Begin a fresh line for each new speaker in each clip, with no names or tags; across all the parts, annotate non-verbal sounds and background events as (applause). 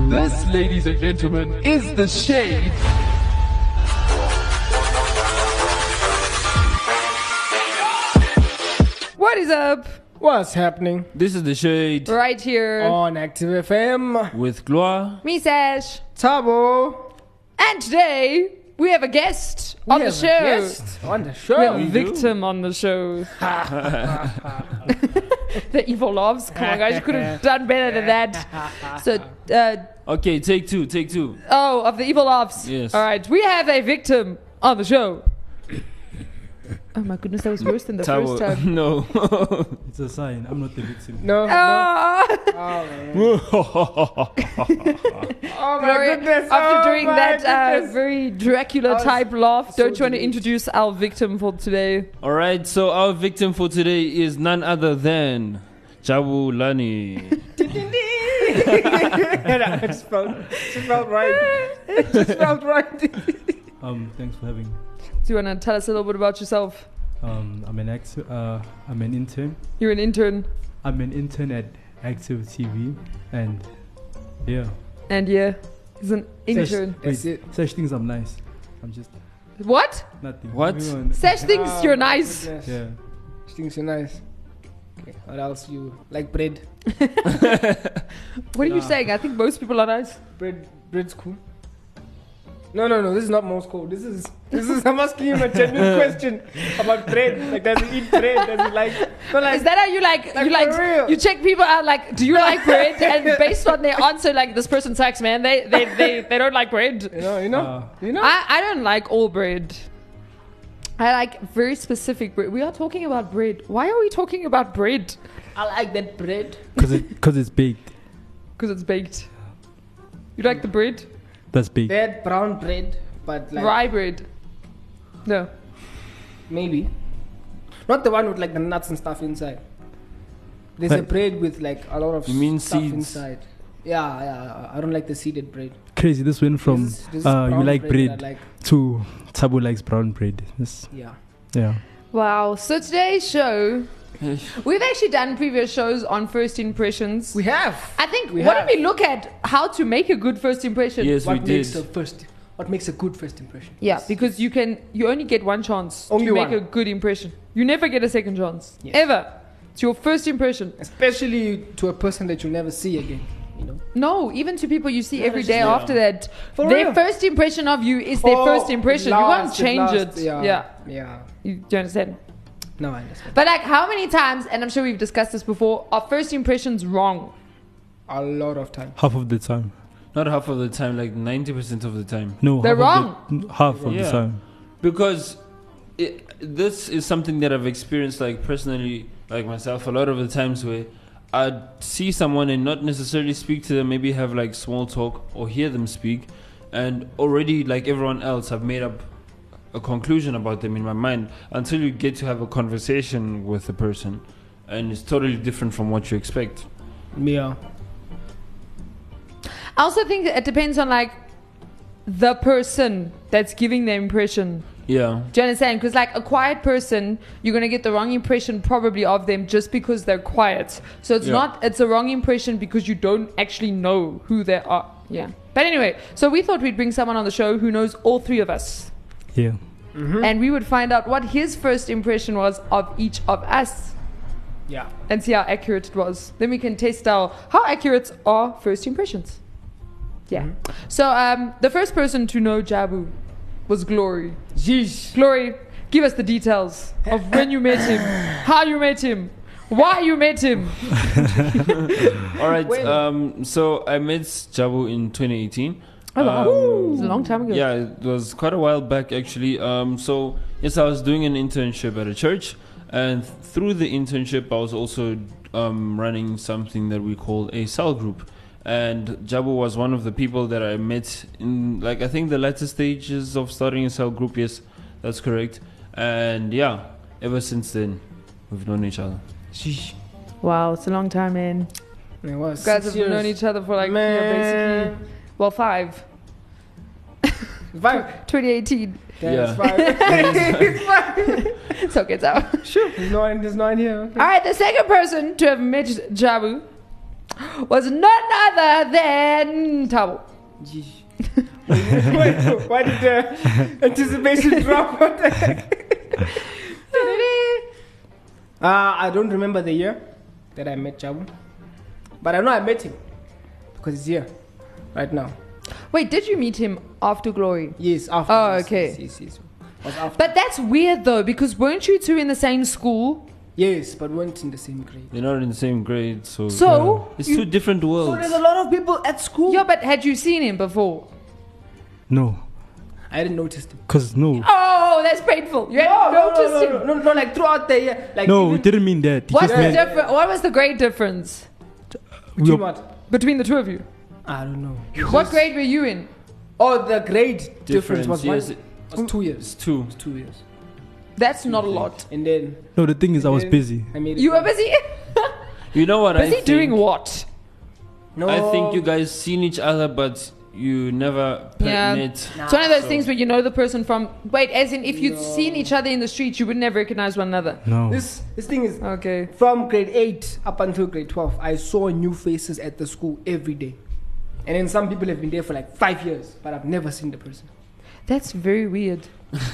This, ladies and gentlemen, is the shade.
What is up?
What's happening
This is the shade
Right here.
on Active FM?
with Gloire.
Me, Sash.
Tabo.
And today, we have a guest on
We
the
have a
show.
guest on the
We have
show.
a victim on the
(laughs)
show. the evil loves. Come on, guys. You could
(laughs)
have done better than that. So, uh,
Okay, take two, take two.
oh, of the evil loves.
Yes.
All right. We have a victim on the show. (coughs) Oh my goodness, that was worse than the
Tabo.
first
(laughs)
(laughs)
time.
No.
It's a sign. I'm not the victim.
No, no.
Oh,
Oh my
Gloria,
goodness.
after
oh
doing
my
that uh,
goodness. (laughs)
very Dracula type laugh,
so
don't you want to
relieved.
introduce our victim for today?
All right, so our victim for today is none other than Jabu
(laughs)
Lani.
Yeah, it just felt, just
(laughs)
felt right. It (laughs) just felt right.
Um, thanks for having. me.
Do you want to tell us a little bit about yourself?
Um, I'm an actor. Uh, I'm an intern.
You're an intern,
I'm an intern at Active TV, and yeah,
and yeah, he's an intern.
That's it.
such things I'm nice. I'm just
What?
nothing.
What?
Moving on.
Sash thinks
Oh,
you're
my
nice.
goodness.
Yeah.
She thinks you're nice. Okay, what else you like? Bread.
What are you
Nah.
saying? I think most people are nice.
Bread. Bread's cool. No, no, no. This is not most cool. This is this is. I'm asking you a genuine question about bread. Like, does he eat bread? Does he like? No, like.
Is that how you like?
Like,
you like?
for real.
You check people out. Like, do you like
(laughs)
bread? And based on their answer, like this person sucks, man. They they they, they don't like bread.
you know, you know,
Uh,
you know.
I I don't like all bread. I like very specific bread. We are talking about bread. Why are we talking about bread?
I like that bread.
Cause it, cause it's baked.
Because it's baked. You like the bread?
That's baked.
That brown bread, but like
Rye bread. No.
maybe not the one with like the nuts and stuff inside. There's a
Like-
bread with like a lot of
You mean
stuff
seeds?
inside. Yeah, yeah. I don't like the seeded bread.
Crazy. This went from
This is- this is
uh, you
brown
like
that I
bread
like
to Tabo likes brown bread. This,
yeah.
yeah.
Wow. So today's show, we've actually done previous shows on first impressions.
We have.
I think
we
what
have.
did we look at how to make a good first impression?
yes, we
what
did.
makes a first? What makes a good first impression?
Yeah, because you can you only get one chance
Only
to make
one.
a good impression. You never get a second chance.
Yes.
Ever. It's your first impression.
Especially to a person that you'll never see again. You know.
No, even to people you see
Yeah,
every
that's
day
just-
after that,
For
their
real.
first impression of you is their
Oh,
first impression. you can't
last,
change
last,
it.
Yeah.
yeah.
Yeah.
You, do you understand?
No, I understand.
But like, how many times? And I'm sure we've discussed this before. Are first impressions wrong?
A lot of time.
Half of the time.
Not half of the time, like 90% of the time.
No.
They're
half Of the, half of
Yeah.
the time.
Because it, this is something that I've experienced, like personally, like myself, a lot of the times where I'd see someone and not necessarily speak to them, maybe have like small talk or hear them speak, and already, like everyone else, I've made up a conclusion about them in my mind until you get to have a conversation with the person, and it's totally different from what you expect.
Yeah.
I also think it depends on like the person that's giving the impression.
Yeah.
Do you understand? Because like a quiet person, you're gonna get the wrong impression probably of them just because they're quiet. So it's
Yeah.
not it's a wrong impression because you don't actually know who they are. Yeah. But anyway, so we thought we'd bring someone on the show who knows all three of us,
Yeah.
and we would find out what his first impression was of each of us.
Yeah.
and see how accurate it was. Then we can test out how accurate are first impressions. Yeah. So um, the first person to know Jabu was Glory.
Yeesh.
Glory, give us the details of when you met him, how you met him, why you met him.
All right.
When?
Um, so I met Jabu in 2018.
Oh, wow.
Um,
It was a long time ago.
Yeah, it was quite a while back actually. Um, so yes, I was doing an internship at a church, and through the internship, I was also um, running something that we call a cell group. And Jabu was one of the people that I met in, like, I think the latter stages of starting a cell group. Yes, that's correct. And yeah, ever since then, we've known each other.
Sheesh.
Wow, it's a long time, man.
It was
guys
six
have
years.
known each other for like, yeah,
Man.
basically, well, five. (laughs)
Five.
2018.
That's
Yeah.
(laughs) five. it's five.
It's okay, it's out.
Sure. There's nine. There's nine here.
All right, the second person to have met Jabu was none other than (laughs) Tabo.
(laughs) Wait, why did the (laughs) anticipation drop? What the heck? uh, I don't remember the year that I met Jabu, but I know I met him because he's here right now.
Wait, did you meet him after Glory?
Yes, after.
Oh,
yes,
okay.
Yes, yes, yes. Was after.
But that's weird though, because weren't you two in the same school?
yes, but weren't in the same grade.
They're not in the same grade, so
So
it's
you-
two different
So
worlds.
there's a lot of people at school.
yeah, but had you seen him before?
No,
I didn't notice them.
cause no,
Oh, that's painful. You hadn't noticed
no, no,
him.
no, no, no, like throughout the year. Like
no, we
even-
didn't mean that. It
What's
just
the
meant
difference? What was the grade difference
we
Between
were-
what?
between the two of you?
I don't know.
What grade were you in?
Oh, the grade difference was one.
yes, it-
was two years.
it's two.
It's two years.
That's not a lot.
And then
no, the thing is, I was
Yeah.
busy.
I made it.
You were busy.
You know what I
busy
think?
doing what?
No.
I think you guys seen each other, but you never per-
Yeah.
met.
It's one of those
So-
things where you know the person from. Wait, as in if you'd
No.
seen each other in the street, you wouldn't have recognized one another.
No,
This this thing is
Okay.
from grade eight up until grade twelve. I saw new faces at the school every day, and then some people have been there for like five years, but I've never seen the person.
That's very weird.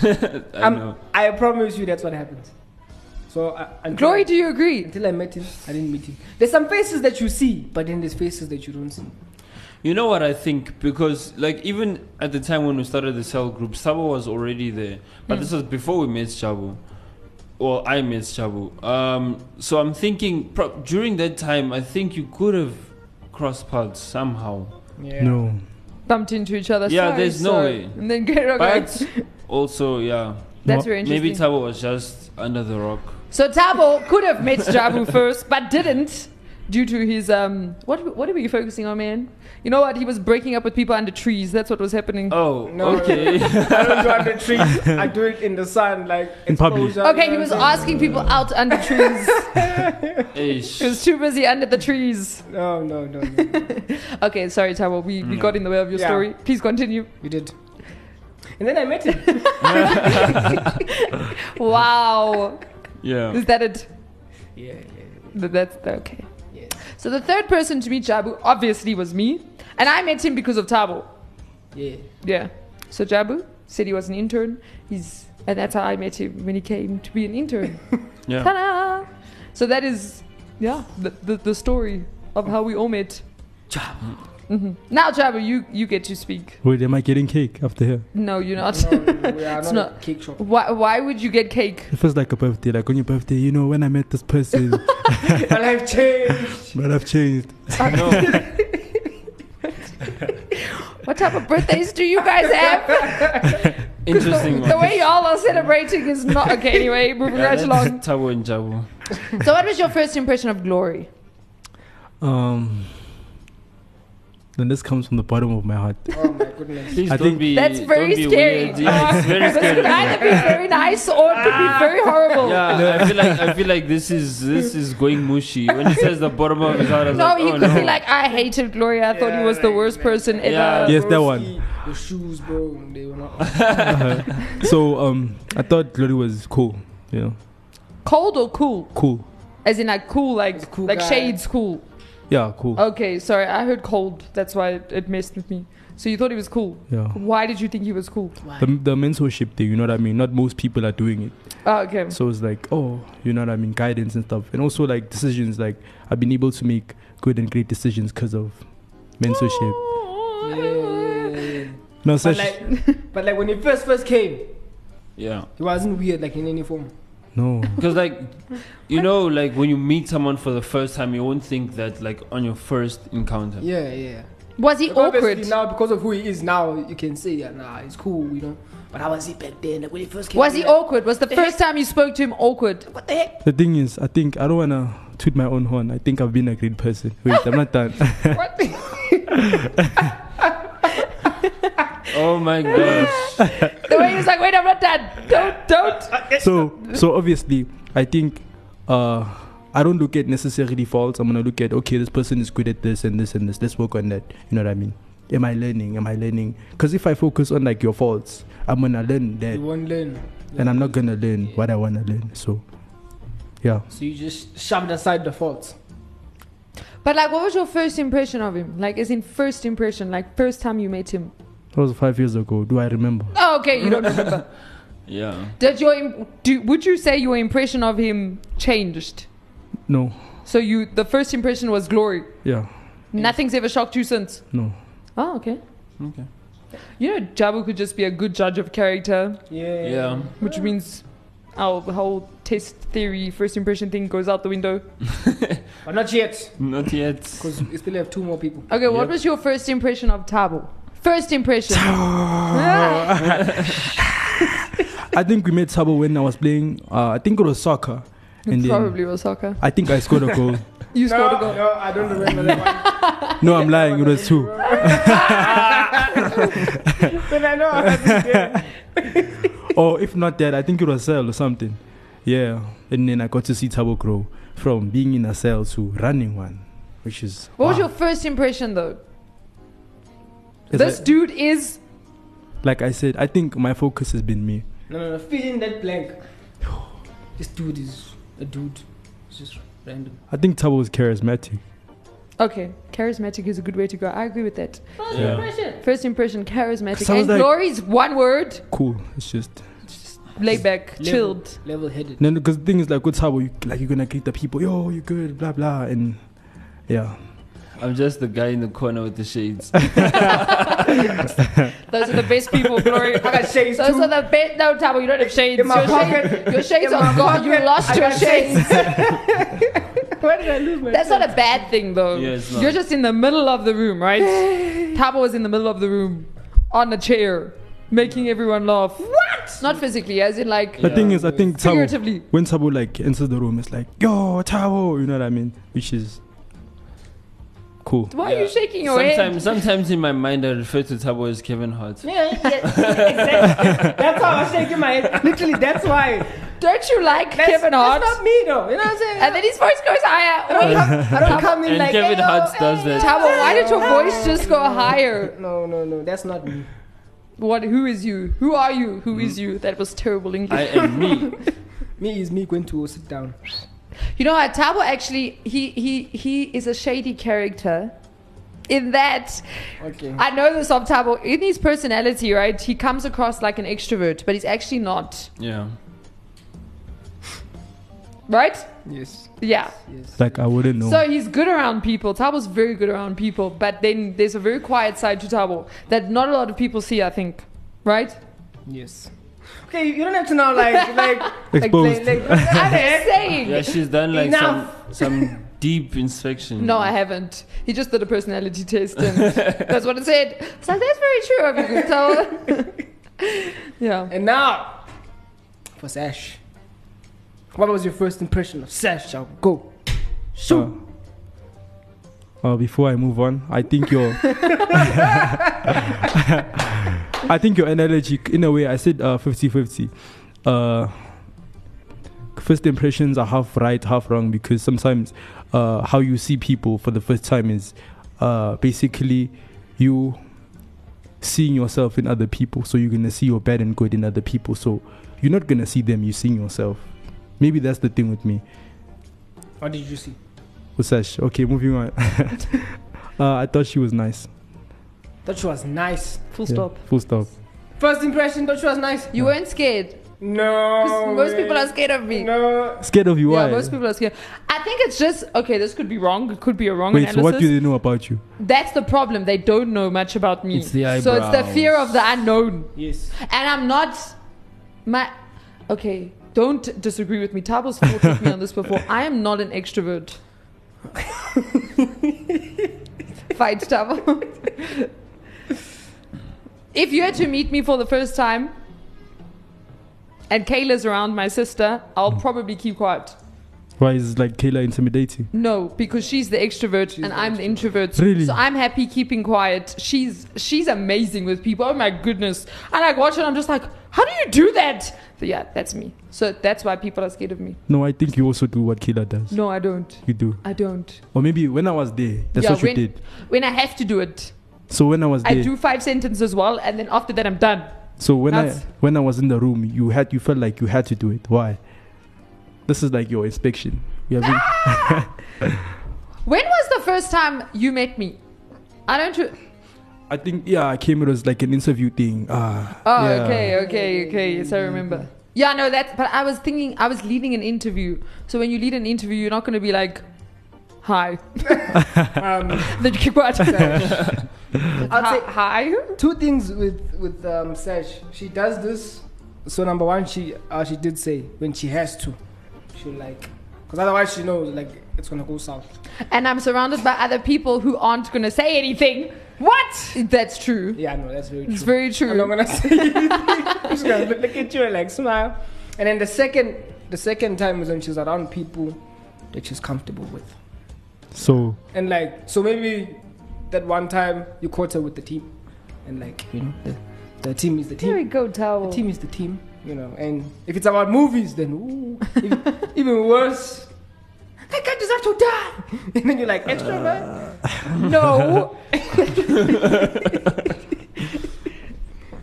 I
I'm-
know.
I promise you, that's what happens. So I, until,
Glory, do you agree?
until I met him, I didn't meet him. There's some faces that you see, but then there's faces that you don't see.
You know what I think? Because like even at the time when we started the cell group, Sabo was already there. But this was before we met Shabu. Well, I met Shabu. Um, so I'm thinking pro- during that time, I think you could have crossed paths somehow.
Yeah.
no.
Bumped into each other.
Yeah,
Sorry,
there's no
sorry.
way.
And then get
But
(laughs)
also, yeah,
That's
No,
very interesting.
maybe Sabo was just under the rock.
(laughs)
So Tabo could have
(laughs)
met Jabu first, but didn't due to his um. What what are we focusing on, man? You know what? He was breaking up with people under trees. That's what was happening.
Oh,
No. (laughs)
okay.
I don't do under trees. I do it in the sun, like
In public.
exposure, you
Okay,
know
he
what
was
I'm saying?
asking people
(laughs)
out under trees.
Ish.
he was too busy under the trees.
No, no, no, no. no.
Okay, sorry, Tabo. We, we
Mm.
got in the way of your
Yeah.
story. Please continue.
you did. And then I met him.
Wow.
Yeah.
Is that it?
yeah, yeah.
Th- That's okay.
Yes.
So the third person to meet Jabu obviously was me, and I met him because of Tabo.
Yeah.
Yeah. So Jabu said he was an intern. He's and that's how I met him when he came to be an intern.
Yeah.
Ta-da! So that is yeah the, the, the story of how we all met. Jabu. hmm Now Jabu, you you get to speak.
Wait, am I getting cake after here?
No, you're not.
No, no, we are
It's
not, a
not-
cake shop.
why why would you get cake?
It feels like a birthday. Like on your birthday, you know, when I met this
(laughs)
person,
My life changed.
but I've changed.
No.
What type of birthdays do you guys have?
(laughs)
Interesting.
The
one.
way y'all are celebrating is not
(laughs)
okay. Anyway, moving
Yeah,
right
that's
along.
(laughs) Tabo and Jabu.
So, what was your first impression of Glory?
Um, then this comes from the bottom of my heart.
Oh my goodness.
Please
I
don't
think-
be.
That's very
don't be
scary.
Weird. (laughs) Yeah,
(laughs)
it's very
This
scary. Ah.
could either be very nice or it could be very horrible.
Yeah, I feel like I feel like this is this is going mushy. When he says the bottom of his heart, I was
No,
like,
he
oh,
could
no.
be like, I hated Gloria. I thought he
Yeah,
was the
like-
worst person ever.
Yeah.
(laughs) Yes, that
Broski, The shoes, bro. They were
(laughs)
not. (laughs)
Uh-huh. so um, I thought Glory was cool. You know,
Cold or cool?
cool.
As in, like, cool,
He's
like,
a cool
like
guy.
shades cool.
Yeah,
Oh,
cool.
Okay, sorry, I heard cold. That's why it, it messed with me. So, you thought he was cool.
Yeah.
Why did you think he was cool?
The, the mentorship thing, you know what I mean? Not most people are doing it.
Oh, okay.
So it's like, oh, you know what I mean? Guidance and stuff. And also like decisions. Like I've been able to make good and great decisions because of mentorship.
Yeah.
No
But
such.
like, but like when he first first came,
yeah,
he wasn't weird like in any form.
no.
because like, you know, like when you meet someone for the first time, you won't think that like on your first encounter.
Yeah, yeah.
Was he
Like, obviously
awkward?
Now because of who he is now, you can say yeah, nah, it's cool, you know. But how was he back then? Like when he first came,
Was he
like,
awkward? Was (laughs) the
The
first time you spoke to him (laughs) awkward?
What the heck?
The thing is, I think I don't wanna toot my own horn. I think I've been a great person. Wait, I'm not done.
What?
Oh my gosh.
(laughs) (laughs) the way he was like, wait, I'm not done. Don't, don't.
so so obviously i think uh i don't look at necessarily faults i'm gonna look at okay this person is good at this and this and this let's work on that you know what i mean am i learning am i learning because if i focus on like your faults i'm gonna learn that
You won't learn.
and i'm not gonna learn what i wanna learn so yeah
So you just shoved aside the faults.
But like, what was your first impression of him? Like, as in first impression, like first time you met him.
That was five years ago. Do I remember?
Oh, okay, you don't remember. (laughs)
Yeah.
Did your im- do, would you say your impression of him changed?
No.
So you the first impression was glory.
Yeah.
Nothing's ever shocked you since.
No.
Oh, okay.
Okay.
You know, Jabu could just be a good judge of character,
Yeah.
Yeah.
which means our whole test theory, first impression thing goes out the window.
But not yet,
Not yet.
because we still have two more people.
Okay, what
Yep.
was your first impression of Tabo? First impression. (laughs)
(laughs) I think we met Sabo when I was playing. Uh, I think it was soccer, and
it
then
probably was soccer.
I think I scored a goal.
You scored
No,
a goal.
no, I don't remember
(laughs)
that
no, I'm lying. It was two.
one. (laughs) then I (laughs) know I wasn't there.
Or if not that, I think it was cell or something. Yeah, and then I got to see Tabo grow from being in a cell to running one, which is.
What was
wow.
your first impression though?
Is
this
it-
dude is
like I said, I think my focus has been me.
No, no, no. Fill in that blank. This dude is a dude. It's just random.
I think Tabo is charismatic.
okay. Charismatic is a good way to go. I agree with that.
First
Yeah.
impression.
First impression, charismatic.
Sounds
And
like-
glory's one word.
Cool. It's just.
Laid back,
Level-
chilled.
Level-headed.
No, because the thing is, like with Tabo, you, like you're gonna greet the people, yo, you're good, blah blah, and yeah,
I'm just the guy in the corner with the shades.
Those are the best
(laughs)
people, glory.
I got shades
Those
too.
are the best. No, Tabo, you don't have shades.
In my
your, shades-
pocket.
your shades
In
are
my
gone. You
(laughs) pocket.
lost
I
your
got
shades.
(laughs) Where did I lose my?
That's not a bad thing, though.
Yeah, it's not.
You're just in the middle of the room, right? Tabo was in the middle of the room, on a chair, making everyone laugh. What? Not physically, as in like
The
Yeah.
thing is, I think Tabo,
figuratively.
when Tabo like enters the room, it's like, yo, Tabo, you know what I mean? Which is cool.
Why are
Yeah.
you shaking your head?
sometimes, sometimes in my mind, I refer to Tabo as Kevin Hart.
Yeah, yeah.
exactly. That's how I was shaking my head. Literally, that's why.
(laughs) Don't you like
That's,
Kevin Hart?
That's not me Oh, though. You know what I'm saying?
And then his voice goes
I don't
higher.
come,
(laughs)
I don't come in
And
like.
Kevin
"Hey, oh,
Hart
yo,
does
hey,
that.
Tabo, why did your voice just go higher?
No, no, no. That's not me.
What? Who is you? Who are you? Who is you? That was terrible English.
Mm-hmm. I am
(laughs)
me.
Me is me going to sit down.
You know what? Tabo actually, he he he is a shady character. In that,
Okay.
I know this of Tabo. In his personality, right, he comes across like an extrovert, but he's actually not.
Yeah.
Right?
yes.
Yeah.
Yes.
Like I wouldn't know.
So he's good around people. Tabo's very good around people, but then there's a very quiet side to Tabo that not a lot of people see. I think. Right?
Yes. Okay, you don't have to know like (laughs) like like
Exposed.
(laughs)
like. like
I'm just saying.
Yeah, she's done like
Enough.
some some deep inspection.
No, I haven't. He just did a personality test, and that's what it said. It's like that's very true of you, Gustavo. yeah.
and now for Sash. What was your first impression of Sash? I'll go. Shoot.
Uh, uh, before I move on, I think your, (laughs) I think your analogy, in a way, I said uh, 50-50. Uh, first impressions are half right, half wrong because sometimes uh, how you see people for the first time is uh, basically you seeing yourself in other people. So you're gonna see your bad and good in other people. So you're not gonna see them. You're seeing yourself. Maybe that's the thing with me.
What did you see?
Usash. Okay,
(laughs)
moving on. uh, I thought she was nice.
Thought she was nice.
Full
Yeah,
stop.
Full stop.
First impression. Thought she was nice.
You weren't scared.
No.
'Cause most
way.
people are scared of me.
No.
Scared of you?
Yeah,
why?
most people are scared. I think it's just okay. This could be wrong. It could be a wrong
Wait, so
analysis.
what do they know about you?
That's the problem. They don't know much about me.
It's the
So it's the fear of the unknown, (laughs)
Yes.
and I'm not my. Okay, don't disagree with me. Tabo's fought with me on this before. I am not an extrovert. (laughs) Fight, Tabo. if you had to meet me for the first time, and Kayla's around, my sister, I'll probably keep quiet.
Why is like Kayla intimidating?
No, because she's the extrovert and I'm the introvert. So-
Really?
So I'm happy keeping quiet. She's she's amazing with people. Oh my goodness. And I watch her and I'm just like, how do you do that? So yeah, that's me. So that's why people are scared of me.
No, I think you also do what Kayla does.
No, I don't.
You do.
I don't.
Or maybe when I was there, that's
Yeah,
what you
when-
did.
When I have to do it,
So when I was
I
there,
do five sentences well and then after that I'm done.
so when I
That's-
when I was in the room, you had you felt like you had to do
(laughs)
it. Why? This is like your inspection. You have been-
When was the first time you met me? I don't. Re-
I think yeah, I came. It was like an interview thing. Ah.
oh,
yeah.
okay, okay, okay. Yes, I remember. Yeah, no, that's. But I was thinking, I was leading an interview. So when you lead an interview, you're not going to be like, "Hi." (laughs)
Um,
Then you keep watching.
I'd say
Hi.
two things with with um, Sash. She does this. So number one, she uh, she did say when she has to, she like, because otherwise she knows like it's gonna go south.
And I'm surrounded by other people who aren't going to say anything. What? That's true.
Yeah, no, that's very true.
It's very true.
I'm not gonna say (laughs) anything. I'm just gonna look at you and like smile. And then the second the second time is when she's around people that she's comfortable with.
So
And like so maybe that one time you caught her with the team. And like, you know, the, the team is the
There we
team.
go,
The
towel.
team is the team. You know, and if it's about movies then ooh, (laughs) even, even worse. (laughs) That guy deserves to die. And then you're like, extrovert?
No.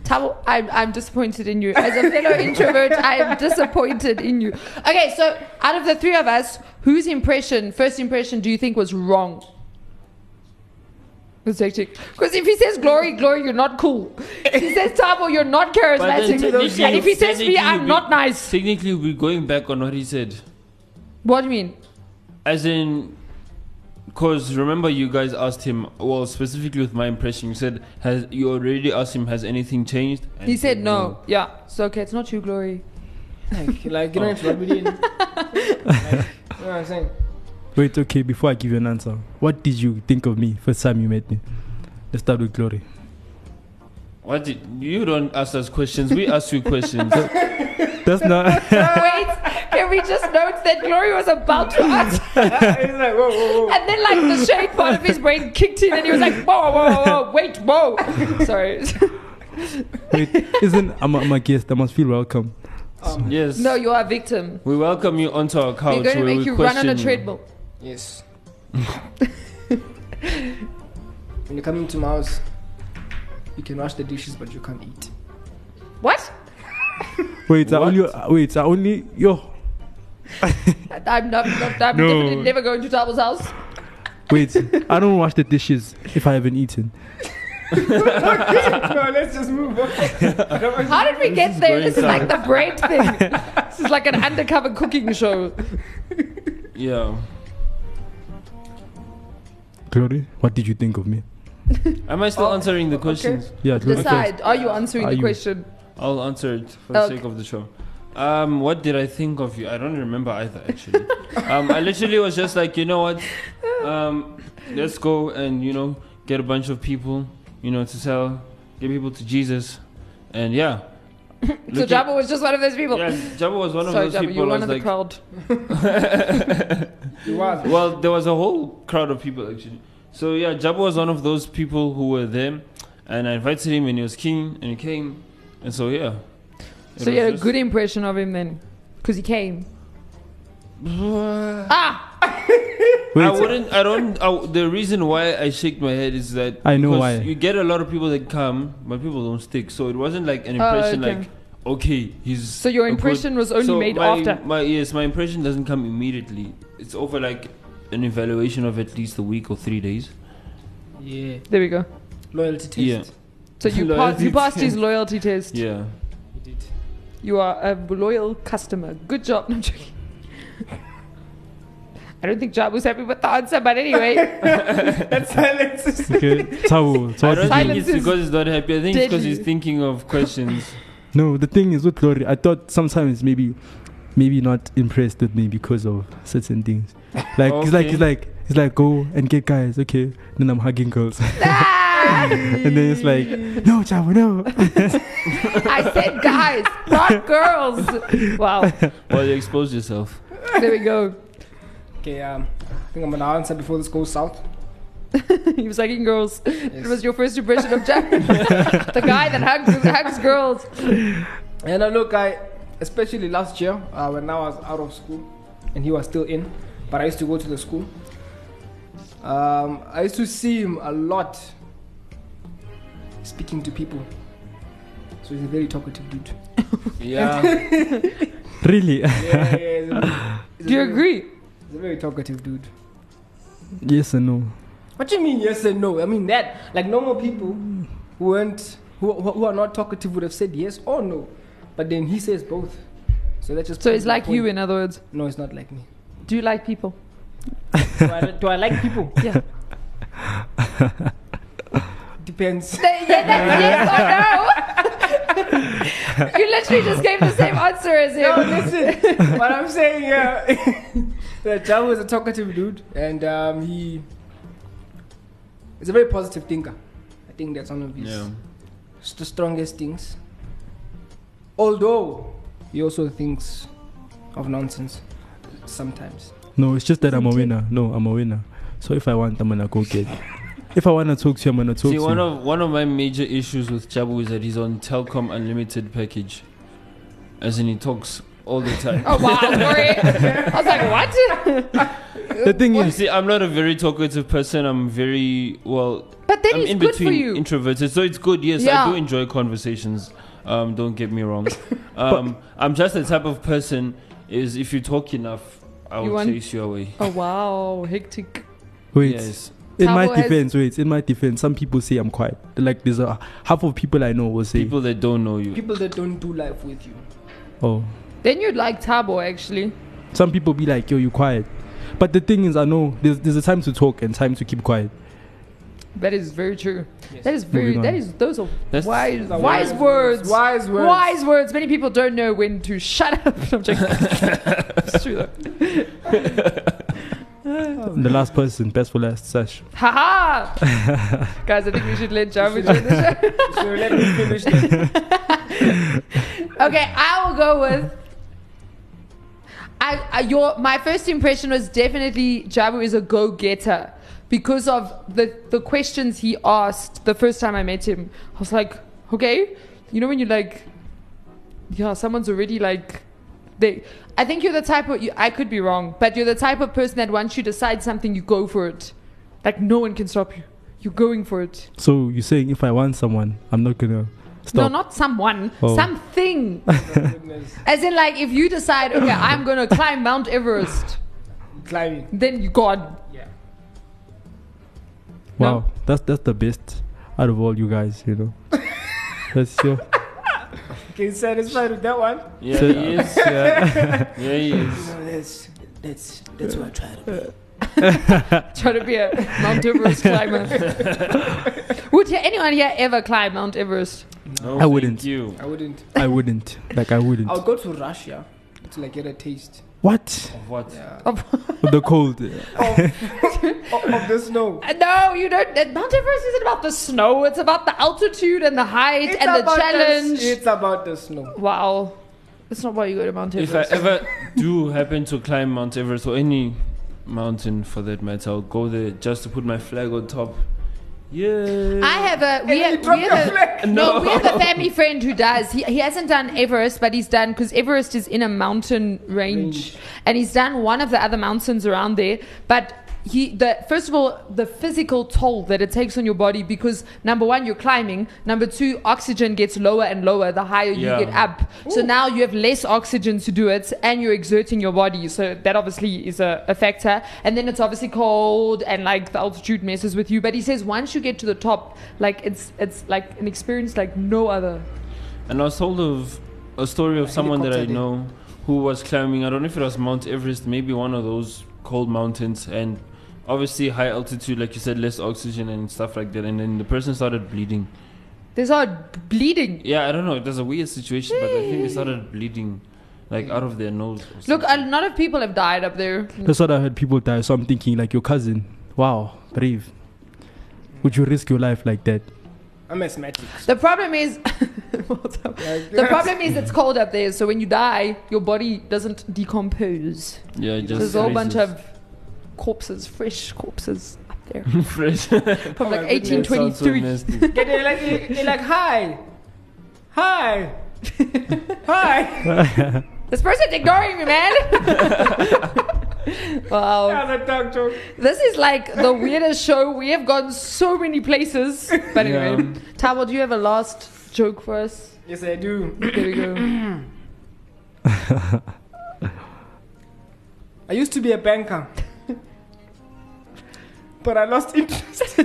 Tabo, I'm, I'm disappointed in you. As a fellow introvert, I am disappointed in you. Okay, so out of the three of us, whose impression, first impression, do you think was wrong? Because if he says glory, glory, you're not cool. If he says Tabo, you're not charismatic.
technically-
And if he says me,
technically
I'm
we-
not nice.
Technically, we're going back on what he said.
What do you mean?
As in, because remember you guys asked him, well, specifically with my impression, you said, has you already asked him, has anything changed? And
He said no. Yeah. So okay, it's not you, glory. (laughs)
Like, like you don't have to rub it (laughs) in. Like, you know what I'm saying? (laughs)
wait, okay. Before I give you an answer, what did you think of me first time you met me? Let's start with Glory.
What did, you don't ask us questions, we ask you questions.
(laughs)
That's not.
Wait, can we just note that Glory was about to ask,
it's like, whoa, whoa, whoa.
and then like the shade part of his brain kicked in, and he was like, "Whoa, whoa, whoa, wait, whoa!" Sorry.
(laughs) wait, isn't I'm a, I'm a guest? I must feel welcome.
Um,
yes.
(laughs) No, you are a victim.
we welcome you onto our couch.
We're going to
where
make
Oh, we
you run on a
question-
treadmill.
(laughs) Yes. when you come into my house, you can wash the dishes, but you can't eat.
What?
Wait, I
What?
only. uh, Wait, I only. Yo.
I'm not. not I'm
No.
definitely never going to Tabo's house.
Wait, I don't wash the dishes if I haven't eaten.
(laughs) no, let's just move (laughs) on. (laughs)
How did we get there?
going
This is like
south.
the brain thing. This is like an undercover cooking show.
Yeah.
Glory, what did you think of me?
Am I still
Oh,
answering the questions?
Yeah, Glory.
Decide. Are you answering
Are
the
you-
question?
I'll answer it for the
Okay.
sake of the show. Um, what did I think of you? I don't remember either, actually. um, I literally was just like, you know what? Um, let's go and, you know, get a bunch of people, you know, to sell, get people to Jesus. And yeah.
(laughs) So
Look at-
Jabo was just one of those people.
Yeah, Jabba was one of
Sorry,
those
Jabo,
people.
you're
I
one
was
of the
like,
crowd.
You was.
(laughs) well, there was a whole crowd of people actually. So yeah, Jabu was one of those people who were there, and I invited him, and he was keen, and he came, and so yeah. It
So
was
you had a
just-
good impression of him then, because he came. ah,
Wait,
I wouldn't. I don't. I w the reason why I shake my head is that
I know
because
why.
You get a lot of people that come, but people don't stick. So it wasn't like an
Oh,
impression
okay.
like, okay, he's.
so your
a good-
impression was only
So
made
my,
after.
My yes, my impression doesn't come immediately. It's over like an evaluation of at least a week or three days.
Yeah.
There we go.
Loyalty test.
Yeah.
So you passed.
Loyalty
You passed his
test.
loyalty test.
Yeah.
You did.
You are a loyal customer. Good job. (laughs) No, I'm joking. I don't think Jab was happy with the answer, but anyway,
That (laughs) silence is.
okay. Tawo, so
I don't
what
think
did you-
Silence
it's
is
because he's not happy. I think it's because he's
deadly.
thinking of questions.
no, the thing is with Glory, I thought sometimes maybe, maybe not impressed with me because of certain things. Like it's like it's
Okay.
like it's like go and get guys, okay? Then I'm hugging girls,
Ah!
and then it's like no, Chavo, no.
I said guys, not girls. Wow,
well, you expose
(laughs)
yourself.
there we go.
Okay, um, I think I'm gonna answer before this goes south.
He was hugging girls. It
Yes.
was your first impression of Jab, the guy that hugs, hugs girls.
And I look, I especially last year uh, when I was out of school and he was still in, but I used to go to the school. Um, I used to see him a lot speaking to people. So he's a very talkative (laughs) dude.
Yeah.
(laughs) really?
Yeah, yeah, yeah, he's a very- he's a
Do you
very-
agree?
He's a very talkative dude.
Yes and no.
What do you mean yes and no? I mean that like normal people who weren't who, who who are not talkative would have said yes or no, but then he says both. So that's just
So it's like you, in other words.
no, it's not like me.
Do you like people?
do, I, do I like (laughs) people?
Yeah.
(laughs) Depends.
Th- yeah, that's yes or no. (laughs) you literally just gave the same answer as
No,
him.
listen. what I'm saying, (laughs) uh, that Jabu is a talkative dude, and um, he is a very positive thinker. I think that's one of his
Yeah.
st- strongest things. Although he also thinks of nonsense sometimes.
No, it's just that I'm a winner. No, I'm a winner. So if I want, I'm gonna go get. it. If I wanna talk to you, I'm gonna talk
See,
to
one
you.
of one of my major issues with Chabu is that he's on Telcom Unlimited package, as in he talks all the time.
(laughs) Oh wow, sorry. I was like, what?
the thing
You
is,
see, I'm not a very talkative person. I'm very well.
But then
I'm
it's
in
good
between
for you.
introverted, so it's good. Yes,
Yeah.
I do enjoy conversations. Um, don't get me
(laughs)
wrong. Um, I'm just the type of person is if you talk enough, I
You
will
want-
chase you away.
oh wow, hectic.
wait.
Yes.
In my
Tabo has-
defense, wait. In my defense, some people say I'm quiet. Like there's a half of people I know will say,
People that don't know you.
People that don't do life with you.
"Oh."
Then you'd like Tabo actually.
Some people be like, "Yo, you quiet." But the thing is, I know there's there's a time to talk and time to keep quiet.
That is very true.
Yes.
That is very.
Moving
That
on.
is those are
That's-
wise,
These are
wise words.
Wise words.
Wise words. Many people don't know when to shut up. (laughs) I'm joking. it's true though.
The last person, best for last, Sash.
Haha!
(laughs)
Guys, I think we should let Jabu
should-
join the show.
(laughs) So let me finish that.
Okay, I will go with. I, I your my first impression was definitely Jabu is a go getter because of the the questions he asked the first time I met him. I was like, okay, you know when you like, yeah, someone's already like, they. I think you're the type of you, I could be wrong, but you're the type of person that once you decide something, you go for it. Like no one can stop you. You're going for it.
So you're saying if I want someone, I'm not gonna
No,
stop.
not someone,
Oh. (laughs)
something.
Oh, goodness.
As in, like, if you decide, okay, I'm gonna climb Mount Everest,
Climbing.
then you God.
Yeah.
wow, that's that's the best out of all you guys, you know.
(laughs)
that's your
Okay, satisfied with that one?
Yeah,
So-
he
(laughs)
is. Yeah, he is.
That's that's that's what I try to be.
Try to be a Mount Everest
(laughs)
climber. Would you, anyone here ever climb Mount Everest?
No,
I
thank
wouldn't.
You.
I wouldn't.
I wouldn't. Like I wouldn't.
I'll go to Russia to like get a taste.
What?
Of what?
Yeah.
The cold.
of, of, of the snow.
Uh, No, you don't. uh, Mount Everest isn't about the snow. It's about the altitude and the height
It's
and the
about
challenge.
The, it's about the snow.
wow, that's not why you go to Mount
If I
Everest.
ever do happen to climb Mount Everest or any mountain for that matter, I'll go there just to put my flag on top. Yeah.
I have a we
And you
have,
drop
we
your
have a,
flag.
no.
No.
we have a family friend who does he, he hasn't done Everest but he's done because Everest is in a mountain range, and he's done one of the other mountains around there but he the first of all the physical toll that it takes on your body because number one you're climbing number two oxygen gets lower and lower the higher
Yeah.
you get up so now you have less oxygen to do it and you're exerting your body so that obviously is a, a factor and then it's obviously cold and like the altitude messes with you but he says once you get to the top like it's it's like an experience like no other
And I was told of a story of someone that I
helicopter did.
know who was climbing, I don't know if it was Mount Everest, maybe one of those cold mountains, and obviously high altitude, like you said, less oxygen and stuff like that. And then the person started bleeding.
they start bleeding
Yeah, I don't know. It was a weird situation, but I think they started bleeding, like out of their nose. or
look a
something.
lot of people have died
(laughs)
up there
That's what I heard people die. So I'm thinking like your cousin. Wow, brave. Would you risk your life like that?
I'm asthmatic.
the problem is
Like,
the problem is it's cold up there so when you die your body doesn't decompose
yeah, it just
There's a whole bunch
raises.
of corpses, fresh corpses up there
(laughs) fresh. (laughs) That
from
Oh
like
my goodness,
sounds so
1823.
nasty.
Get there, like, they- (laughs) they're like, hi, hi,
(laughs)
hi.
this person's ignoring
(laughs)
me, man. wow,
That's a dark joke.
this is like the weirdest show. We have gone so many places. But anyway,
Yeah.
Tabo, do you have a last joke for us?
Yes, I do.
There we
(coughs)
go. (laughs)
I used to be a banker. but I lost interest.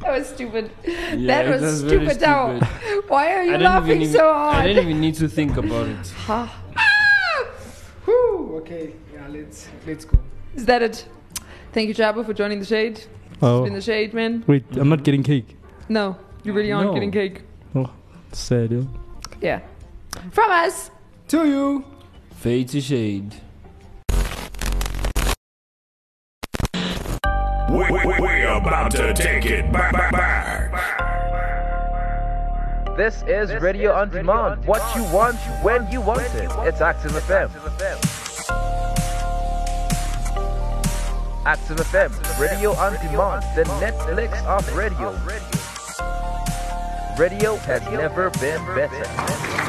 That was stupid.
Yeah,
that
it
was,
very
stupid, Tao. Why are
I
you
didn't
laughing
even, even-
so
I
hard?
didn't even need to think about it.
Ha. Ah!
Whew, okay, yeah, let's let's go.
Is that it? Thank you, Jabba, for joining the shade. It's been
Oh,
the shade, man.
wait, I'm not getting cake.
No, you really aren't
No.
getting cake.
Sad, yo.
Yeah. From us.
To you.
Fade to shade.
We, we, we're about to take it back, back, back.
This is Radio On Demand. What you want, when you want it. It's Active FM. Active FM, Radio On Demand, the Netflix of radio. Radio has never been better.